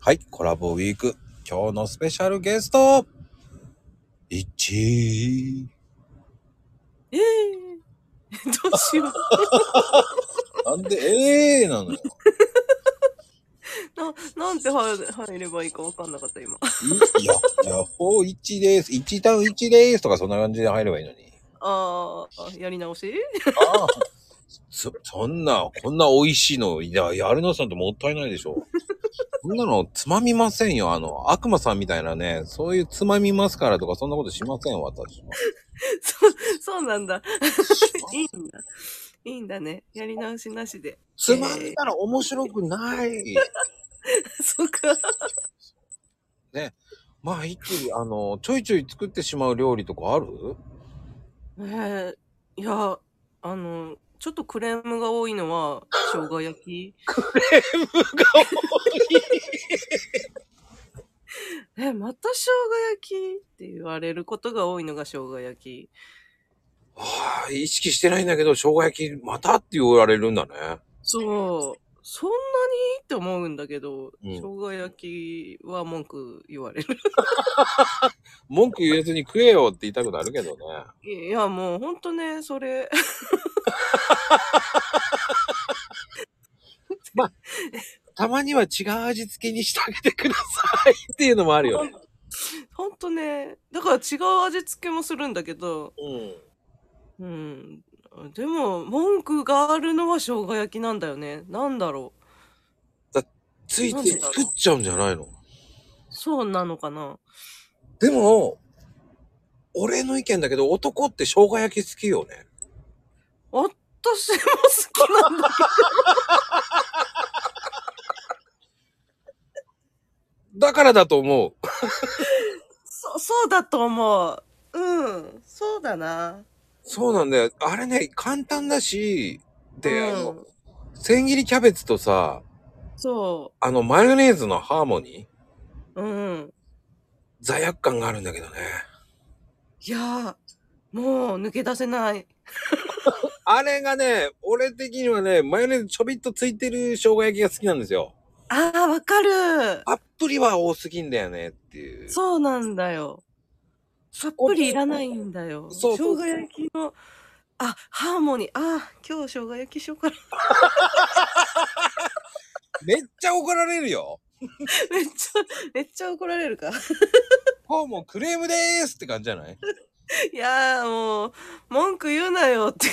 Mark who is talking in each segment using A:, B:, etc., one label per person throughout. A: はい、コラボウィーク。今日のスペシャルゲスト、いち
B: ええ どうしよう。
A: ー。なんで、ええー、なのよ。
B: な、なんて入入ればいいかわかんなかった、今。
A: いいや、ヤホー1です。1単1です。とか、そんな感じで入ればいいのに。
B: あーあ、やり直し
A: ああ。そ、そんな、こんな美味しいの、いや、やるのさんともったいないでしょ。そんなのつまみませんよ。あの、悪魔さんみたいなね、そういうつまみますからとか、そんなことしません、私は。
B: そう、そうなんだ。 いいんだ。いいんだね。やり直しなしで。
A: つまみたら面白くない。
B: そっか。
A: まあ、一気に、あの、ちょいちょい作ってしまう料理とかある
B: えー、いや、あの、ちょっとクレームが多いのは、生姜焼き。 え、また生姜焼きって言われることが多いのが生姜焼き。
A: はあ、意識してないんだけど、生姜焼き、またって言われるんだね。
B: そう。そんなにって思うんだけ
A: う
B: ど、
A: ん
B: 生姜焼きは文句言われる。
A: 文句言えずに食えよって言いたくなるけどね。
B: いや、もうほんとね、それ。
A: たまには違う味付けにしてあげてくださいっていうのもあるよね。
B: ほんとね、だから違う味付けもするんだけど、
A: うん。
B: うん。でも、文句があるのは生姜焼きなんだよね。なんだろう。
A: ついつい作っちゃうんじゃないの
B: そうなのかな
A: でも、俺の意見だけど、男って生姜焼き好きよね。
B: 私も好きなん だけ
A: だからだと思う。
B: ど、そそうだと思う。うん、そうだな。
A: そうなんだよ。あれね、簡単だし、で、あ
B: う
A: の
B: ん、
A: 千切りキャベツとさ、
B: そ
A: あの、マヨネーズのハーモニー、
B: う。うん。
A: 罪悪感があるんだけどね。
B: いやー、もう抜け出せない。
A: あれがね、俺的にはね、マヨネーズちょびっとついてる生姜焼きが好きなんですよ。
B: ああ、わかる。
A: たっぷりは多すぎんだよねっていう。
B: そうなんだよ。たっぷりいらないんだよ。
A: そうそうそう
B: 生姜焼きの、あ、ハーモニー。あー、今日生姜焼きしようかな。
A: めっちゃ怒られるよ。
B: めっちゃ、めっちゃ怒られるか。
A: もうもうクレームでーすって感じじゃない
B: いやー、もう、文句言うなよって。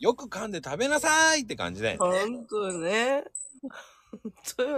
A: よく噛んで食べなさいって感じだよね。
B: ほんとね。ほんとよね